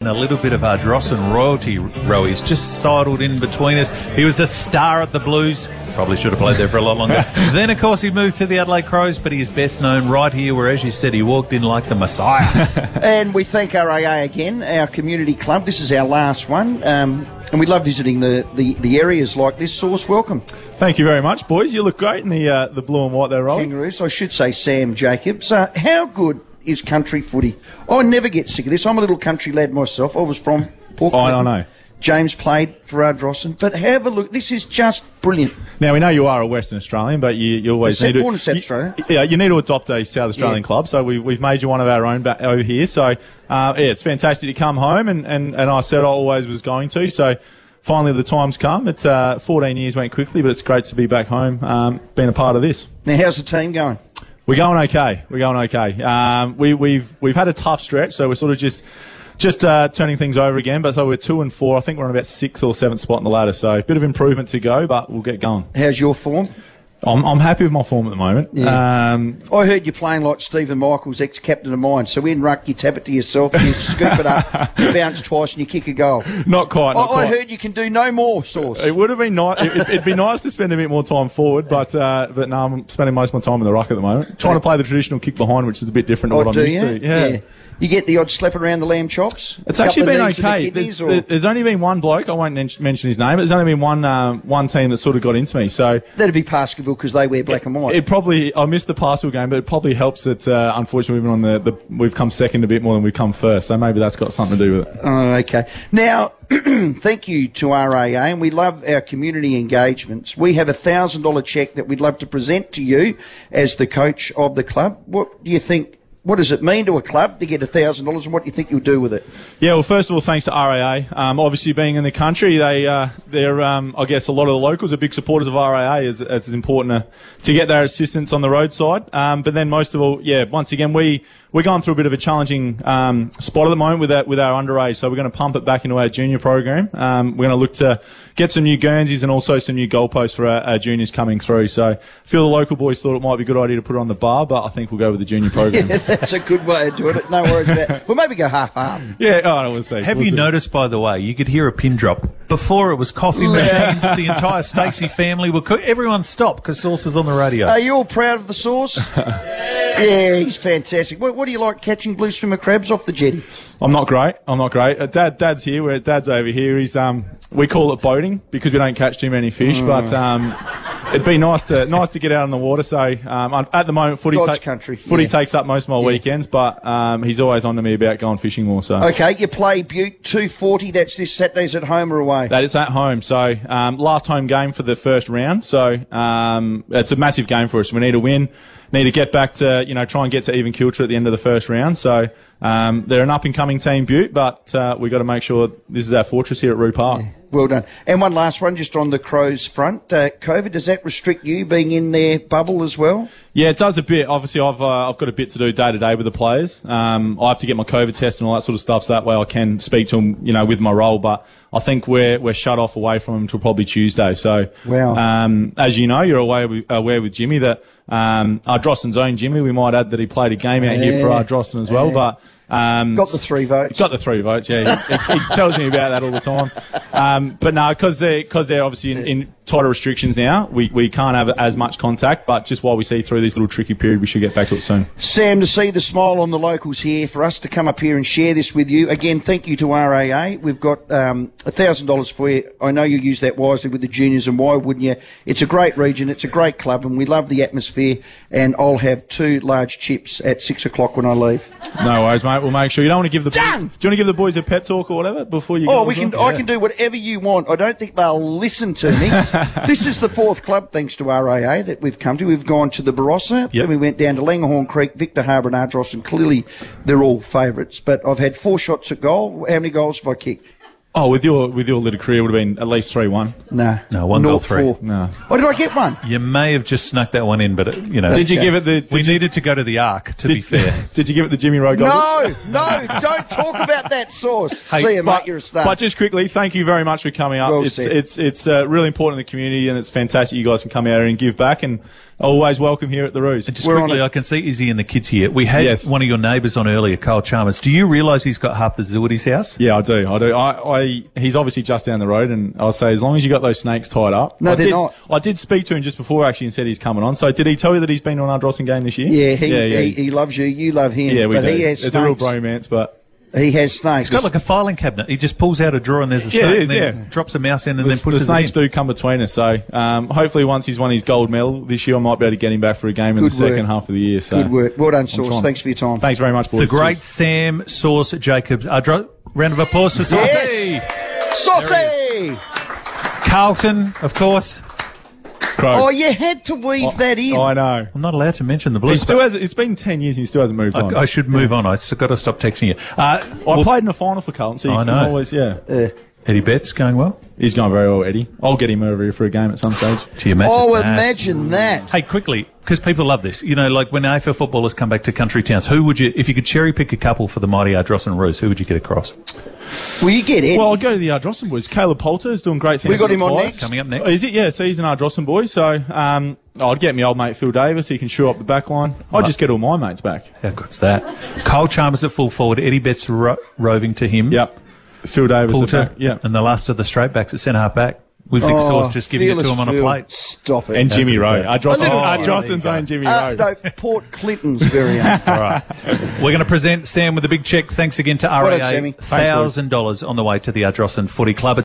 and a little bit of Ardrossan royalty, Roy's just sidled in between us. He was a star at the Blues. Probably should have played there for a lot longer. then, of course, he moved to the Adelaide Crows, but he is best known right here, where, as you said, he walked in like the Messiah. And we thank RAA again, our community club. This is our last one. Um, and we love visiting the, the, the areas like this. Source, welcome. Thank you very much, boys. You look great in the uh, the blue and white there, Rob. Kangaroos, I should say Sam Jacobs. Uh, how good is country footy? I never get sick of this. I'm a little country lad myself. I was from Port I- I Clinton. know. James played for Ardrossan. But have a look. This is just brilliant. Now we know you are a Western Australian, but you, you always Except need to born in South you- Australia. Yeah, you need to adopt a South Australian club. So we, we've made you one of our own ba- over here. So uh, yeah, it's fantastic to come home, and, and, and I said I always was going to. So finally, the time's come. It's uh, 14 years went quickly, but it's great to be back home, um, being a part of this. Now, how's the team going? We're going okay. We're going okay. Um, we, we've we've had a tough stretch, so we're sort of just just uh, turning things over again. But so we're two and four. I think we're on about sixth or seventh spot in the ladder. So a bit of improvement to go, but we'll get going. How's your form? I'm, I'm happy with my form at the moment. Um, I heard you're playing like Stephen Michaels, ex-captain of mine. So in ruck, you tap it to yourself, you scoop it up, you bounce twice, and you kick a goal. not quite. I, Not I quite. heard you can do no more, Source. It would have been nice. It, it'd be nice to spend a bit more time forward, but uh, but no, I'm spending most of my time in the ruck at the moment, trying to play the traditional kick behind, which is a bit different to Oh, what do I'm used you? to. Yeah. You get the odd slap around the lamb chops. It's A actually couple been of knees to the okay. kidneys, There's, or- there's only been one bloke. I won't men- mention his name. But there's only been one um, one team that sort of got into me. So That'd be Baskerville because they wear black and white. it probably I missed the Parcel game, but it probably helps that uh, unfortunately we've been on the, the we've come second a bit more than we've come first. So maybe that's got something to do with it. Oh, okay. Now, thank you to RAA, and we love our community engagements. We have a thousand dollar check that we'd love to present to you as the coach of the club. What do you think? What does it mean to a club to get a thousand dollars, and what do you think you'll do with it? Yeah, well, first of all, thanks to RAA. Um, obviously, being in the country, they uh, they're um, I guess a lot of the locals are big supporters of RAA. As, as it's important to, to get their assistance on the roadside. Um, but then most of all, yeah, once again, we we're going through a bit of a challenging um, spot at the moment with our, with our underage. So we're going to pump it back into our junior program. Um, we're going to look to get some new Guernseys and also some new goalposts for our, our juniors coming through. So I feel the local boys thought it might be a good idea to put it on the bar, but I think we'll go with the junior program. yeah, That's a good way of doing it. No worries about it. Well, maybe go half half. oh, we'll see. Have We'll you see. noticed, by the way, you could hear a pin drop. Before it was coffee machines, the entire Stacey family were. Co- everyone stopped because Sauce is on the radio. Uh, Are you all proud of the source? yeah, he's fantastic. What, what do you like catching blue swimmer crabs off the jetty? I'm not great. I'm not great. Uh, Dad, Dad's here. We're, Dad's over here. He's um, we call it boating because we don't catch too many fish. Mm. But um, it'd be nice to nice to get out on the water. So um, I- at the moment, footy God's ta- country, Footy yeah. takes up most of my weekends, but um, he's always on to me about going fishing more. So Okay, you play Butte two forty. That's this Saturday's at home or away. that is at home. So um, last home game for the first round. So um, it's a massive game for us. We need a win. Need to get back to you know try and get to even kilter at the end of the first round. So. Um, they're an up and coming team, Butte, but uh, we've got to make sure this is our fortress here at Rue Park. Well done. And one last one, just on the Crows front. Uh, COVID, does that restrict you being in their bubble as well? Yeah, it does a bit. Obviously, I've uh, I've got a bit to do day to day with the players. Um, I have to get my COVID test and all that sort of stuff, so that way I can speak to them, you know, with my role. But I think we're we're shut off away from them till probably Tuesday. So, Wow. um, as you know, you're aware with, aware with Jimmy that um, Ardrossan's own Jimmy. We might add that he played a game out here for Yeah. Ardrossan as well, but. Um, Got the three votes. Got the three votes, yeah. He, he- he tells me about that all the time. Um, but no, because they're, cause they're obviously in, in tighter restrictions now, we, we can't have as much contact. But just while we see through this little tricky period, we should get back to it soon. Sam, to see the smile on the locals here, for us to come up here and share this with you. Again, thank you to RAA. We've got um, $1,000 for you. I know you use that wisely with the juniors, and why wouldn't you? It's a great region, it's a great club, and we love the atmosphere. And I'll have two large chips at six o'clock when I leave. No worries, mate. We'll make sure. You don't want to give the Done! Do you want to give the boys a pep talk or whatever before you? Oh, go we as can. well? I Yeah. can do whatever you want. I don't think they'll listen to me. this is the fourth club, thanks to RAA, that we've come to. We've gone to the Barossa, then we went down to Langhorne Creek, Victor Harbour, and Ardross, and clearly they're all favourites. But I've had four shots at goal. How many goals have I kicked? Oh, with your with your little career, it would have been at least three one. No, No, one goal, Naught, three. Four. No. Oh, did I get one? you may have just snuck that one in, but it, you know. Did you give it the? we Did, needed to go to the arc, to be fair. did you give it the Jimmy Rowe? goal? No, no, don't talk about that source. Hey, See you, but, mate. You're a star. But just quickly, thank you very much for coming up. Well it's, said. it's it's uh, really important in the community, and it's fantastic you guys can come out here and give back. And always welcome here at the Roost. Just We're on quickly, it. I can see Izzy and the kids here. We had Yes. one of your neighbours on earlier, Carl Chalmers. Do you realise he's got half the zoo at his house? Yeah, I do. I do. I, I he's obviously just down the road, and I'll say as long as you got those snakes tied up. No, I they're did, not. I did speak to him just before actually, and said he's coming on. So did he tell you that he's been on our Drossen game this year? Yeah, he, yeah, He, he loves you. You love him. yeah. We but do. he has it's snakes. a real bromance, but He has snakes. It's got like a filing cabinet. He just pulls out a drawer and there's a Yeah, snake it is, and then yeah. drops a mouse in and the, then puts the snakes do come between us. So um, hopefully, once he's won his gold medal this year, I might be able to get him back for a game in the Good work. second half of the year. So Good work. Well done, Source. trying. Thanks for your time. Thanks very much, boys. The great Cheers. Sam Sauce Jacobs. Uh, dro- round of applause for Sauce. Saucy! Carlton, of course. Crow. Oh, you had to weave that in. I know. I'm not allowed to mention the He Blues. still has. It's been ten years and he still hasn't moved on. I, I should move on. I've got to stop texting you. Uh, I well, played in the final for Carlton, so you I can know. always, yeah. Uh, Eddie Betts going well? He's going very well, Eddie. I'll get him over here for a game at some stage. Do you imagine oh, that? imagine that. Hey, quickly, because people love this. You know, like when AFL footballers come back to country towns, who would you, if you could cherry pick a couple for the mighty Ardross and Roos, who would you get across? Will you get it? Well, I'll go to the Ardrossan boys. Caleb Poulter is doing great things. We got with him on Pies. next. Coming up next. Oh, Is it? Yeah, so he's an Ardrossan boy. So um, I'd get my old mate Phil Davis. He can shoe up the back line. I'd just get all my mates back. How good's that? Kyle Chalmers at full forward, Eddie Betts ro- roving to him. Yep. Phil Davis. at Poulter, back. Yep. and the last of the straight backs at centre half back. With Vic Oh, Sauce just giving it to fearless him on a Phil. plate. Stop it. And Jimmy good is Rowe. that? Ardrossan, A little Jimmy. Ardrossan's own Jimmy uh, Rowe. no, Port Clinton's very own. All right. We're going to present Sam with a big check. Thanks again to done, RAA. Sammy. $1,000 on the way to the Ardrossan Footy Club.